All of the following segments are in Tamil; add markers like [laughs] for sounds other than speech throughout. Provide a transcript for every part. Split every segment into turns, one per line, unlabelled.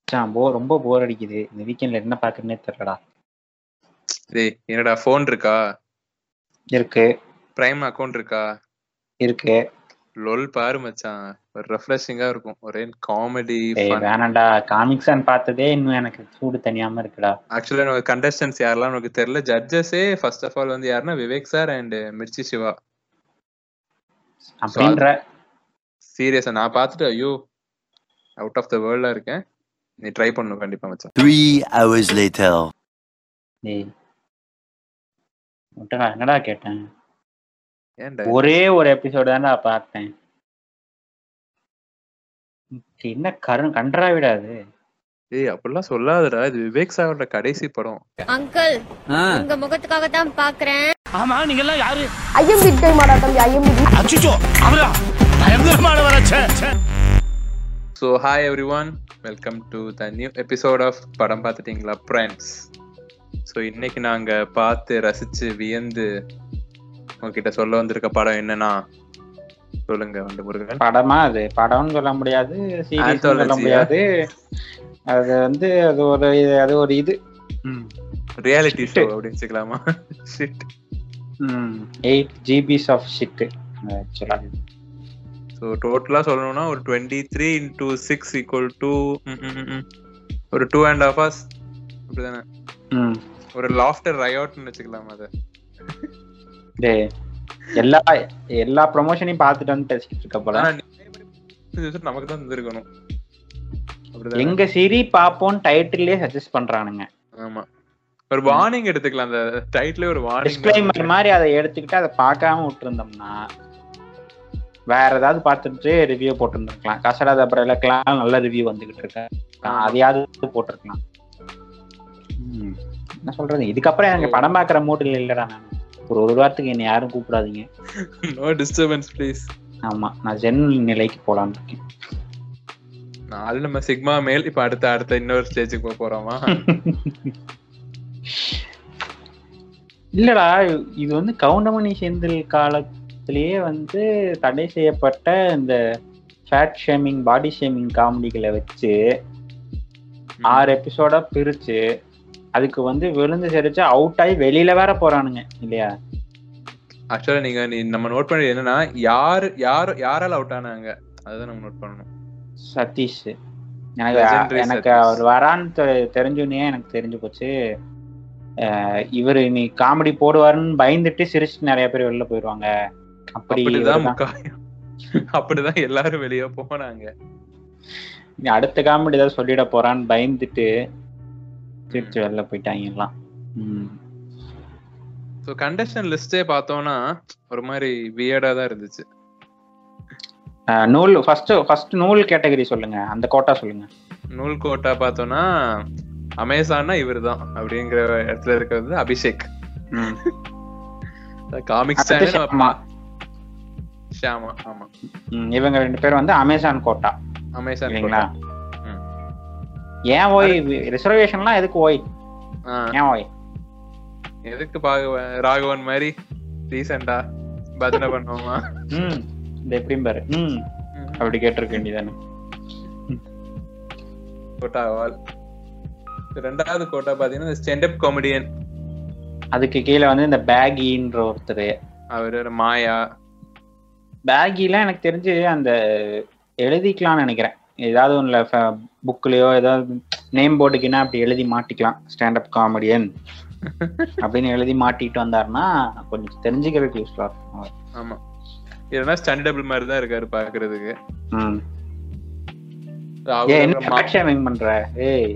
மச்சான் போ ரொம்ப போர் அடிக்குது இந்த வீக்கெண்ட்ல என்ன பாக்குறேனே தெரியலடா
டேய் என்னடா ஃபோன் இருக்கா
இருக்கு
பிரைம் அக்கவுண்ட் இருக்கா
இருக்கு
லொல் பாரு மச்சான் ஒரு ரெஃப்ரெஷிங்கா இருக்கும் ஒரே காமெடி
டேய் வேணாம்டா காமிக்ஸ் அண்ட் பார்த்ததே இன்னும் எனக்கு சூடு தனியாம இருக்குடா
ஆக்சுவலா நமக்கு கண்டஸ்டன்ஸ் யாரெல்லாம் நமக்கு தெரியல ஜட்ஜஸே ஃபர்ஸ்ட் ஆஃப் ஆல் வந்து யாருன்னா விவேக் சார் அண்ட் மிர்ச்சி சிவா
அப்படின்ற
சீரியஸா நான் பார்த்துட்டு ஐயோ அவுட் ஆஃப் த வேர்ல்டா இருக்கேன் நீ ட்ரை பண்ணணும் கண்டிப்பா மச்சான்
Three hours later.
டேய் விட்டடா, என்னடா கேட்டேன்
ஏன்டா
ஒரே ஒரு எபிசோடு தான்டா பார்த்தேன் இது என்ன கரு கன்றாவிடா அது
ஏய் அப்படிலாம் சொல்லாதடா இது விவேக் சாரோட கடைசி படம்
அங்கிள் உங்க முகத்துக்காக தான் பாக்குறேன்
ஐயம்பிட்டை மாடா தம்பி ஐயம்பிட்டை
so hi everyone welcome to the new episode of படம் பார்த்துட்டீங்களா ஃப்ரெண்ட்ஸ் ஸோ இன்னைக்கு நாங்கள் பார்த்து ரசித்து வியந்து உங்ககிட்ட சொல்ல வந்திருக்க படம் என்னன்னா சொல்லுங்க வந்து முருகன்
படமா அது படம்னு சொல்ல முடியாது சீரியஸ் சொல்ல
Anthology-ஆ?
முடியாது அது வந்து அது ஒரு அது ஒரு இது ம்
ரியாலிட்டி ஷோ அப்படின்னு வச்சுக்கலாமா shit
eight GBs of shit ஆக்சுவலாக
ஸோ டோட்டலாக சொல்லணும்னா ஒரு twenty three into six equal to ஒரு டூ அண்ட் ஹாஃப் ஹவர்ஸ் அப்படிதானே
ம்
ஒரு லாஃப்டர் ரயோட்னு வச்சுக்கலாமா அதை
டே எல்லா எல்லா ப்ரொமோஷனையும் பார்த்துட்டு வந்து பேசிக்கிட்டு இருக்க போல
ஆனால் நமக்கு தான் இருந்திருக்கணும் அப்படிதானே?
எங்க சிரி பாப்போம்னு டைட்டிலே சஜஸ்ட் பண்றானுங்க
ஆமா ஒரு வார்னிங் எடுத்துக்கலாம் அந்த டைட்டில் ஒரு
டிஸ்க்ளைமர்
வார்னிங்
மாதிரி அதை எடுத்துக்கிட்டு அதை பார்க்காம விட்டுருந்தோம்னா வேற ஏதாவது பார்த்துட்டு ரிவ்யூ போட்டிருந்துருக்கலாம் கசடா தபரலுக்கெல்லாம் நல்ல ரிவ்யூ வந்துகிட்டு இருக்கு அதையாவது போட்டிருக்கலாம் ம், என்ன சொல்றது இதுக்கப்புறம் எனக்கு படம் பார்க்குற மூடில் இல்லடா நான் ஒரு ஒரு வாரத்துக்கு என்னை யாரும் கூப்பிடாதீங்க
நோ டிஸ்டர்பன்ஸ் ப்ளீஸ்
ஆமா நான் ஜென் நிலைக்கு போலான்னு இருக்கேன்
நாலு நம்ம சிக்மா மேல் இப்ப அடுத்த அடுத்த இன்னொரு ஸ்டேஜுக்கு போக போறோமா
இல்லடா இது வந்து கவுண்டமணி செந்தில் காலத்திலேயே வந்து தடை செய்யப்பட்ட இந்த ஃபேட் ஷேமிங் பாடி ஷேமிங் காமெடிகளை வச்சு ஆறு எபிசோடா பிரிச்சு அதுக்கு வந்து விழுந்து சிரிச்சு அவுட் ஆகி வெளியில வேற போறானுங்க இல்லையா
ஆக்சுவலா நீங்க நீ- நம்ம நோட் பண்ணது என்னன்னா யாரு யாரு யாரால அவுட் ஆனாங்க அதுதான் நம்ம நோட் பண்ணணும்
சதீஷ் எனக்கு
Legendary
எனக்கு
சதீஷ்.
அவர் வரான்னு தெ- தெரிஞ்சுனே எனக்கு தெரிஞ்சு போச்சு இவர் இனி காமெடி போடுவாருன்னு பயந்துட்டு சிரிச்சு நிறைய பேர் வெளில போயிடுவாங்க அப்படி
அப்படிதான்
இவர்தான்.
முக்காயம் [laughs] அப்படிதான் எல்லாரும் வெளிய போனாங்க
நீ அடுத்த காமெடி ஏதாவது சொல்லிட போறான்னு பயந்துட்டு சிரிச்சு வெளில போயிட்டாங்க எல்லாம் ம்.
சோ கண்டஸ்டன் லிஸ்டே பார்த்தோம்னா ஒரு மாதிரி வியர்டா தான் இருந்துச்சு
அஹ், நூல் ஃபர்ஸ்ட் ஃபர்ஸ்ட் நூல் கேட்டகரி சொல்லுங்க அந்த கோட்டா சொல்லுங்க
நூல் கோட்டா பார்த்தோம்னா அமேசான்னா இவர்தான் அப்படிங்கிற இடத்துல இருக்கிறது அபிஷேக்
ம்.
காமிக்ஸ்
அடுத்து ஷியாமா.
ஷியாமா ஆமா
ம், இவங்க ரெண்டு பேர் வந்து அமேசான் கோட்டா
அமேசான்
இல்லைங்களா
கோட்டா. ம்.
ஏன் ஓய் ரிசர்வேஷன்லாம் எதுக்கு ஓய்
ஆ,
ஏன் ஓய்
எதுக்கு பாகவ- ராகவன் மாதிரி ரீசெண்டா பஜனை பண்ணுவோமா
ம் இந்த எப்படியும் பாரு ம் அப்படி கேட்டிருக்க வேண்டியதானே
கோட்டா அவால் ரெண்டாவது கோட்டா பாத்தீங்கன்னா ஸ்டாண்டப் காமெடியன்
அதுக்கு கீழே வந்து இந்த பேகின்ற ஒருத்தர்
அவர் மாயா
பேகிலாம் எனக்கு தெரிஞ்சு அந்த எழுதிக்கலாம்னு நினைக்கிறேன் ஏதாவது ஒன்றுல புக்லேயோ ஏதாவது நேம் போர்டுக்குன்னா அப்படி எழுதி மாட்டிக்கலாம் ஸ்டாண்டப் காமெடியன் அப்படின்னு எழுதி மாட்டிட்டு வந்தாருன்னா கொஞ்சம் தெரிஞ்சுக்கிறதுக்கு யூஸ்ஃபுல்லாக இருக்கும் அவர்.
ஆமா இல்லைன்னா ஸ்டாண்டபிள் மாதிரி தான் இருக்காரு பாக்குறதுக்கு
ம் ஏ
அவரு
என்ன
மா-
fat shaming பண்ற ஏய்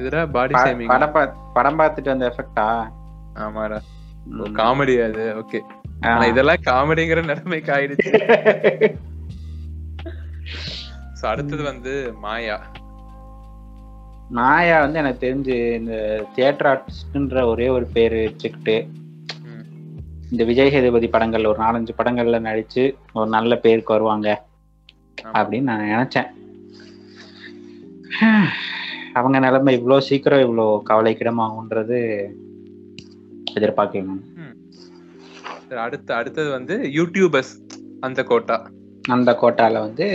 இதுடா பாடி
ப-
ஷேமிங்
படம் பாத்- படம் பார்த்துட்டு வந்த எஃபெக்டா
ஆமாடா காமெடி அது ஓகே ஆனா
ஆ.
இதெல்லாம் காமெடிங்கிற நிலைமைக்கு ஆயிடுச்சு So, அடுத்தது வந்து மாயா
மாயா வந்து எனக்கு தெரிஞ்சு இந்த தியேட்டர் ஆர்டிஸ்ட்ன்ற ஒரே ஒரு பேர் வச்சுக்கிட்டு
ம்.
இந்த விஜய் சேதுபதி படங்கள் ஒரு நாலஞ்சு படங்கள்ல நடிச்சு ஒரு நல்ல பேருக்கு வருவாங்க
ஆமா.
அப்படின்னு நான் நினைச்சேன் [sighs] அவங்க நிலைமை இவ்வளோ சீக்கிரம் இவ்வளோ கவலைக்கிடமாகுன்றது எதிர்பார்க்கணும்
சரி, அடுத்து அடுத்தது வந்து யூடியூபர்ஸ் அந்த கோட்டா
அந்த கோட்டால வந்து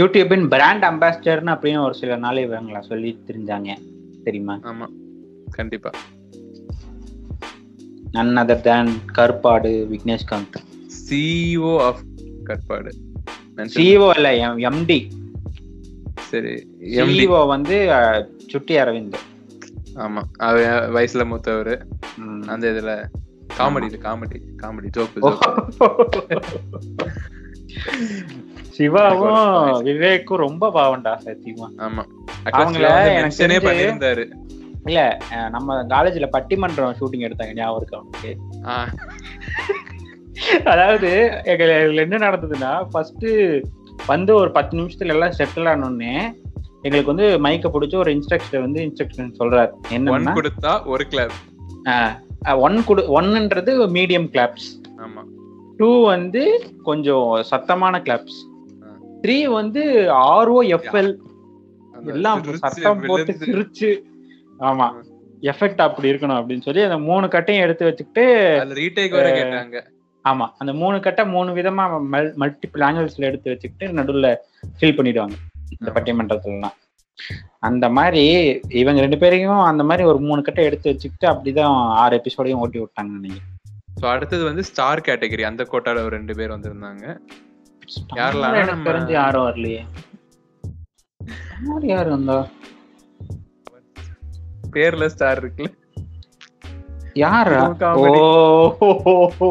யூடியூபின் பிராண்ட் அம்பாசிடர்னு அப்படின்னு ஒரு சில நாள் இவங்கள சொல்லி தெரிஞ்சாங்க தெரியுமா
ஆமா கண்டிப்பா
நன் அதர் தேன் கருப்பாடு விக்னேஷ்காந்த்
சிஇஓ ஆஃப் கற்பாடு
E
mention
சிஓ இல்ல எம்டி
சரி MD.
சிஓ E வந்து அஹ், சுட்டி அரவிந்த்
ஆமா அவர் வயசுல மூத்தவர்
ம்.
அந்த இதுல காமெடி இது காமெடி காமெடி ஜோக்
ஓ. சிவாவும் விவேக்கும் ரொம்ப பாவம்டா சத்தியமா
ஆமா
அவங்கள எனக்கு
மென்ஷனே
தெரிஞ்சு-
பண்ணியிருந்தாரு
இல்ல அஹ், நம்ம காலேஜ்ல பட்டிமன்றம் ஷூட்டிங் எடுத்தாங்க ஞாபகம் இருக்கு அவனுக்கு
ஆ,
அதாவது எங்க இதுல என்ன நடந்ததுன்னா ஃபர்ஸ்ட் வந்து ஒரு பத்து நிமிஷத்துல எல்லாம் செட்டில் ஆனோடனே எங்களுக்கு வந்து மைக்க பிடிச்சி ஒரு இன்ஸ்ட்ரக்டர் வந்து இன்ஸ்ட்ரக்ஷன் சொல்றாரு
ஒன்
என்னன்னா
கொடுத்தா ஒரு கிளாப்
ஒன் குடு ஒன்ன்றது மீடியம் கிளாப்ஸ்
ஆமா
டூ வந்து கொஞ்சம் சத்தமான கிளாப்ஸ்
ஆ.
த்ரீ வந்து ஆர்ஓ எஃப்எல்
அந்த
எல்லாம்
திருச்சி
சத்தம் போட்டு
விழுந்து-
சிரிச்சு ஆமா எஃபெக்ட் அப்படி இருக்கணும் அப்படின்னு சொல்லி அந்த மூணு கட்டையும் எடுத்து வச்சுக்கிட்டு
அதுல ரீடேக் வர கேட்டாங்க
ஆமா அந்த மூணு கட்டை மூணு விதமா மல்டிபிள் ஆங்கிள்ஸ்ல எடுத்து வச்சுக்கிட்டு நடுவுல ஃபில் பண்ணிடுவாங்க இந்த
ஆமா.
பட்டிமன்றத்துலலாம் அந்த மாதிரி இவங்க ரெண்டு பேரையும் அந்த மாதிரி ஒரு மூணு கட்டை எடுத்து வச்சுக்கிட்டு அப்படிதான் ஆறு எபிசோடையும் ஓட்டி விட்டாங்க நினைக்கிறேன்
சோ அடுத்தது வந்து ஸ்டார் கேட்டகரி அந்த கோட்டால ஒரு ரெண்டு பேர் வந்திருந்தாங்க யாரெல்லாம்
தமிழ்ல எனக்கு
நம்ம-
தெரிஞ்சு யாரும் வரலையே யார் யார் வந்தா
பேர்ல ஸ்டார் இருக்குல்ல
யாரா
இதுவும் comedy.
ஓ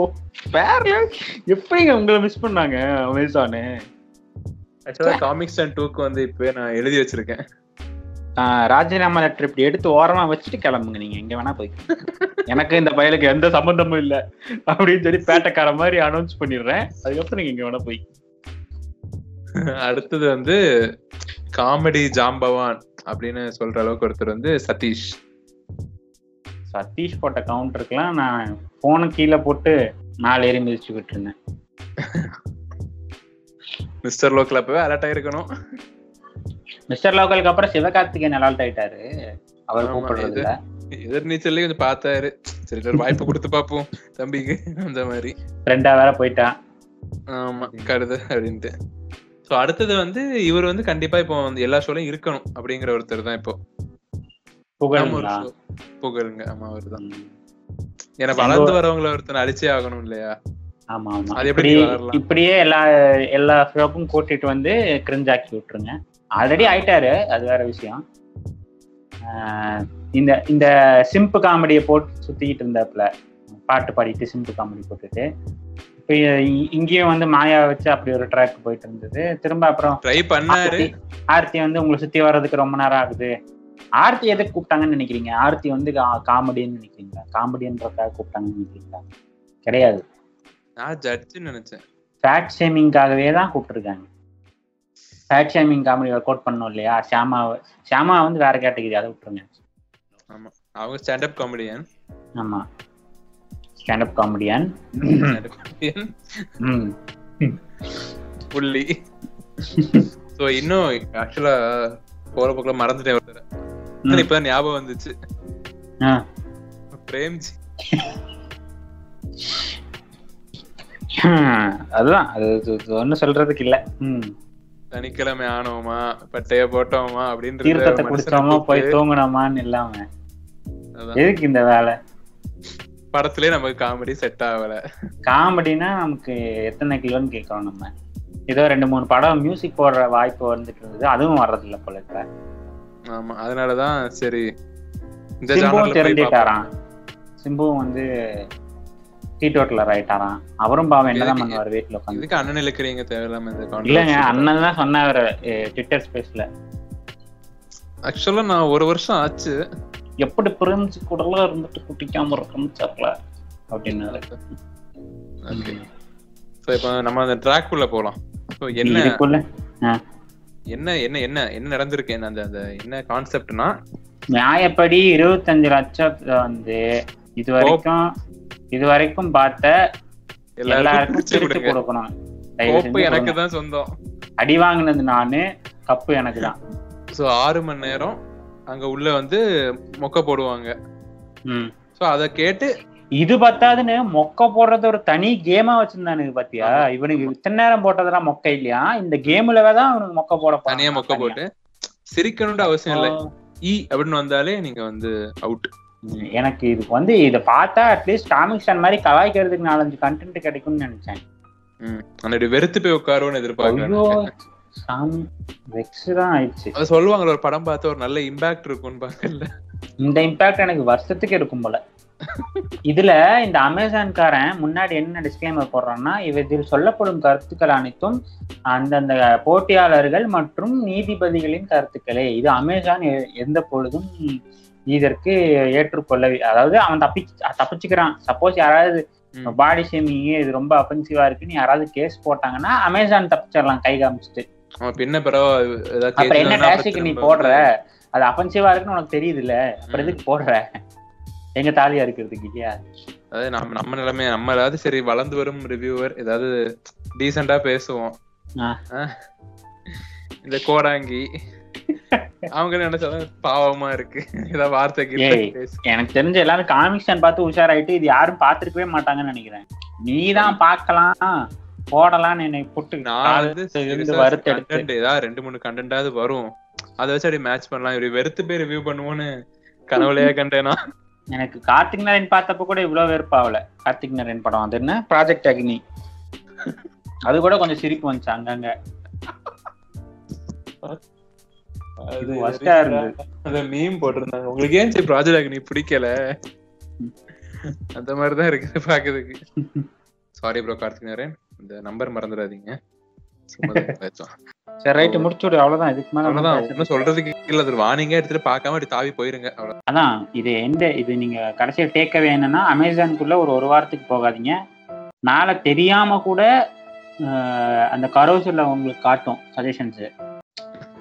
பேர்ல எப்படிங்க உங்களை மிஸ் பண்ணாங்க அமேசானு
ஆக்சுவலா காமிக்ஸ் அண்ட் டூக்கு வந்து இப்பவே நான் எழுதி வச்சிருக்கேன்
ஆஹ் ராஜினாமா லெட்டர் இப்படி எடுத்து ஓரமா வச்சுட்டு கிளம்புங்க நீங்க எங்க வேணா போய் எனக்கு இந்த பயலுக்கு எந்த சம்பந்தமும் இல்ல அப்படின்னு சொல்லி பேட்டைக்கார மாதிரி அனௌன்ஸ் பண்ணிடுறேன் அதுக்கப்புறம் நீங்க எங்க வேணா போய்
அடுத்தது வந்து காமெடி ஜாம்பவான் அப்படின்னு சொல்ற அளவுக்கு ஒருத்தர் வந்து சதீஷ்
சதீஷ் போட்ட கவுண்டருக்குலாம் நான் போனை கீழே போட்டு நாலு ஏறி மிதிச்சு விட்டு இருந்தேன்
மிஸ்டர் லோக்கல் அப்பவே அலர்ட் ஆயிருக்கணும்
மிஸ்டர் லோக்கலுக்கு அப்புறம் சிவகார்த்திகேயன் அலால்ட் ஆயிட்டாரு அவர்
ஆமா,
கூப்பிடுறது
இது-
இல்ல
எதிர்நீச்சல்ல கொஞ்சம் பார்த்தாரு சரி ஒரு வாய்ப்பு கொடுத்து பார்ப்போம் தம்பிக்கு அந்த மாதிரி
ஃப்ரெண்டா வேற போயிட்டான்
ஆமா கருது அப்படின்ட்டு ஸோ அடுத்தது வந்து இவர் வந்து கண்டிப்பா இப்போ வந்து எல்லா ஷோலையும் இருக்கணும் அப்படிங்கிற ஒருத்தர் தான் இப்போ நம்ம ஒரு
புகழ்ங்களா
show. புகழுங்க ஆமா அவர் தான்
ம்.
ஏன்னா வளர்ந்து வரவங்கள ஒருத்தர் அழிச்சே ஆகணும் இல்லையா
ஆமா ஆமா
அது எப்படி
இப்படி
வளரலாம்?
இப்படியே எல்லா எல்லா ஷோக்கும் கூட்டிட்டு வந்து கிரிஞ்சாக்கி விட்டுருங்க ஆல்ரெடி ஆயிட்டாரு அது வேற விஷயம் ஆஹ் இந்த இந்த சிம்பு காமெடியை போட்டு சுத்திக்கிட்டு இருந்தாப்புல பாட்டு பாடிட்டு சிம்பு காமெடி போட்டுட்டு இப்ப இ- இங்கேயும் வந்து மாயா வச்சு அப்படி ஒரு ட்ராக் போயிட்டு இருந்தது திரும்ப அப்புறம்
ட்ரை பண்ணாரு
ஆர்த்தி- ஆர்த்தி வந்து உங்களை சுத்தி வர்றதுக்கு ரொம்ப நேரம் ஆகுது ஆர்த்தி எதுக்கு கூப்பிட்டாங்கன்னு நினைக்கிறீங்க ஆர்த்தி வந்து காமெடின்னு நினைக்கிறீங்களா காமெடின்றதுக்காக கூப்பிட்டாங்கன்னு நினைக்கிறீங்களா கிடையாது
நான் ஜட்ஜ்னு நினைச்சேன்
ஃபேட் ஷேமிங்காகவே தான் கூப்பிட்டுருக்காங்க fat shaming comedy work out பண்ணோம் இல்லையா ஷாமா ஷாமா வந்து வேற கேட்டகரி அதை விட்டுருங்க
ஆமா அவங்க ஸ்டாண்டப் காமெடியன்
ஆமா ஸ்டாண்டப் காமெடியன்
காமெடியன் புள்ளி சோ இன்னும் ஆக்சுவலா போற பக்கம் மறந்துட்டேன் ஒருத்தர் இப்பதான் ஞாபகம் வந்துச்சு
ஆ.
பிரேம்ஜி
அதுதான் அது அது- அது ஒண்ணும் சொல்றதுக்கு இல்ல ம்.
சனிக்கிழமை ஆனோமா பட்டைய போட்டோமா அப்படின்றது
தீர்த்தத்தை
ஒரு மனுஷனை
குடிச்சோமா
கூப்பிட்டு,
போய் தூங்கினோமான்னு இல்லாம
அதான்.
எதுக்கு இந்த வேலை
படத்திலே நமக்கு காமெடி செட் ஆகல
காமெடினா நமக்கு எத்தனை கிலோன்னு கேட்கணும் நம்ம ஏதோ ரெண்டு மூணு படம் மியூசிக் போடுற வாய்ப்பு வந்துட்டு இருந்தது அதுவும் வர்றதில்ல போல இப்ப
ஆமா அதனாலதான் சரி இந்த genre ல
சிம்புவும்
போய்
தெரிஞ்சிட்டாராம் சிம்புவும் வந்து டீட்டோட்டலர் ஆயிட்டாராம் அவரும் பாவம் என்னதான்
எதுக்கு-
பண்ணுவார் வீட்டுல
பார்ப்போம்.
உட்காந்து
இதுக்கு அண்ணன் இழுக்கிறீங்க தேவையில்லாம இந்த
இல்லங்க அண்ணன் தான் சொன்னாரு ட்விட்டர் ஸ்பேஸ்ல
ஆக்சுவலா நான் ஒரு வருஷம் ஆச்சு
எப்படி பிரிஞ்சு கூடலாம் இருந்துட்டு குட்டிக்காம இருக்கணும் சார்ல அப்படின்னாரு
Okay. So, இப்ப நம்ம அந்த ட்ராக் உள்ள போலாம் So, என்ன
இதுக்குள்ள
என்ன என்ன என்ன என்ன நடந்திருக்கு என்ன அந்த அந்த என்ன கான்செப்ட்னா
நியாயப்படி இருபத்தஞ்சு லட்சத்துல வந்து இது வரைக்கும் இது வரைக்கும் பார்த்த
எல்லாருக்கும்
எல்லாருக்கும்
பிரிச்சு
பிரிச்சு
கொடுங்க
கொடுக்கணும் தயவு
கோப்பு
செஞ்சு
எனக்கு
கொடுங்க.
தான் சொந்தம்
அடி வாங்கினது நானு கப்பு எனக்கு தான்
சோ ஆறு மணி நேரம் அங்க உள்ள வந்து மொக்க போடுவாங்க
ம்
சோ அத கேட்டு
இது பத்தாதுன்னு மொக்க போடுறது ஒரு தனி கேமா வச்சிருந்தானுங்க பாத்தியா இவனுக்கு இத்தனை நேரம் போட்டதெல்லாம் மொக்க இல்லையா இந்த கேம்லவே தான் இவனுக்கு மொக்க போட போறான்.
தனியா மொக்க போட்டு சிரிக்கணும்னு அவசியம் இல்லை ஈ அப்படின்னு வந்தாலே நீங்க வந்து அவுட்
உம், எனக்கு இதுக்கு வந்து இத பார்த்தா அட்லீஸ்ட் காமிக்ஷன் மாதிரி கலாய்க்கிறதுக்கு நாலஞ்சு கண்டென்ட் கிடைக்கும்னு நினைச்சேன்
அன்னைக்கு வெறுத்து போய் உட்காருவோம்னு எதிர்பார்க்கணும்
ஐயோ சாமி வெக்ஸ் தான் ஆயிடுச்சு
அது சொல்லுவாங்க ஒரு படம் பார்த்து ஒரு நல்ல இம்பாக்ட் இருக்கும்னு பாக்கல
இந்த இம்பாக்ட் எனக்கு வருஷத்துக்கு இருக்கும் போல இதுல இந்த அமேசான்காரன் முன்னாடி என்ன டிஸ்க்ளைமர் போடுறான்னா இவ- இதில் சொல்லப்படும் கருத்துக்கள் அனைத்தும் அந்தந்த போட்டியாளர்கள் மற்றும் நீதிபதிகளின் கருத்துக்களே இது அமேசான் எ- எந்த பொழுதும் இதற்கு ஏற்றுக்கொள்ள அதாவது அவன் தப்பி தப்பிச்சுக்கிறான் சப்போஸ் யாராவது
ம்.
பாடி ஷேமிங் இது ரொம்ப அஃபென்சிவா இருக்குன்னு யாராவது கேஸ் போட்டாங்கன்னா அமேசான் தப்பிச்சிடலாம் கை காமிச்சிட்டு
அவன் பின்ன பிறகு ஏதாவது
அப்புறம் என்ன
கேக்குதுன்னா அப்புறம்
டேஷுக்கு நீ
திரும்ப
போடுற அது அஃபென்சிவா இருக்குன்னு உனக்கு தெரியுது இல்ல அப்புறம் எதுக்கு போடுற எங்க தாலியா இருக்கிறதுக்கு இல்லையா
அதாவது நம்ம நம்ம நிலைமை நம்ம ஏதாவது சரி வளர்ந்து வரும் ரிவ்யூவர் ஏதாவது டீசெண்டா பேசுவோம்
ஆ.
அஹ். இந்த கோடாங்கி அவங்க நினைச்சாலும் பாவமா இருக்கு ஏதாவது வார்த்தை கீர்த்தை
ஏய்.
பேசு
எனக்கு தெரிஞ்ச எல்லாரும் காமிக்ஷன் பார்த்து உஷாராயிட்டு இது யாரும் பார்த்திருக்கவே மாட்டாங்கன்னு நினைக்கிறேன் நீ தான் பார்க்கலாம் போடலாம்னு என்னை புட்டு
நான் வந்து
இருந்து
seriously
வறுத்தெடுத்து.
content ஏதாவது ரெண்டு மூணு கண்டென்டாவது வரும் அதை வச்சு அப்படி மேட்ச் பண்ணலாம் இப்படி வெறுத்து போய் ரிவ்யூ பண்ணுவோன்னு
[laughs]
கனவுலயே கண்டேனா
எனக்கு கார்த்திக் நரேன் பார்த்தப்ப கூட இவ்வளவு வெறுப்பாவல கார்த்திக் நரேன் படம் அது என்ன ப்ராஜெக்ட் அக்னி அது கூட கொஞ்சம் சிரிப்பு வந்துச்சு அங்கங்க இது worst ஆ இருந்தது.
அந்த மீம் போட்டிருந்தாங்க உங்களுக்கு ஏன் சரி ப்ராஜெக்ட் ஆகி நீ பிடிக்கல அந்த மாதிரி தான் இருக்குது பாக்குறதுக்கு சாரி ப்ரோ கார்த்திக் நரேன் இந்த நம்பர் மறந்துடாதீங்க சும்மா தான் பேசுவோம்.
சரி ரைட்டு முடிச்சு விடு அவ்வளவுதான் இதுக்கு மேல
அவ்வளவுதான்
ஒண்ணும் பேச-
ஒன்னும் சொல்றதுக்கு இல்ல அது வார்னிங்கா எடுத்துட்டு பார்க்காம அப்படி தாவி போயிருங்க அவ்வளவு
அதான் இது எந்த இது நீங்க கடைசியில் டேக்கவே என்னன்னா அமேசானுக்குள்ள ஒரு ஒரு வாரத்துக்கு போகாதீங்க நாளை தெரியாம கூட அஹ், அந்த கரோசல்ல உங்களுக்கு காட்டும் சஜஷன்ஸ்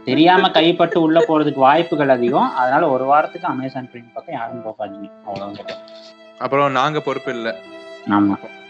தெரியாம கைப்பட்டு உள்ள போறதுக்கு வாய்ப்புகள் அதிகம் அதனால ஒரு வாரத்துக்கு அமேசான் பிரிண்ட் பக்கம் யாரும் போகாதீங்க அவ்வளவுதான்
அப்புறம் நாங்க பொறுப்பு இல்ல
ஆமா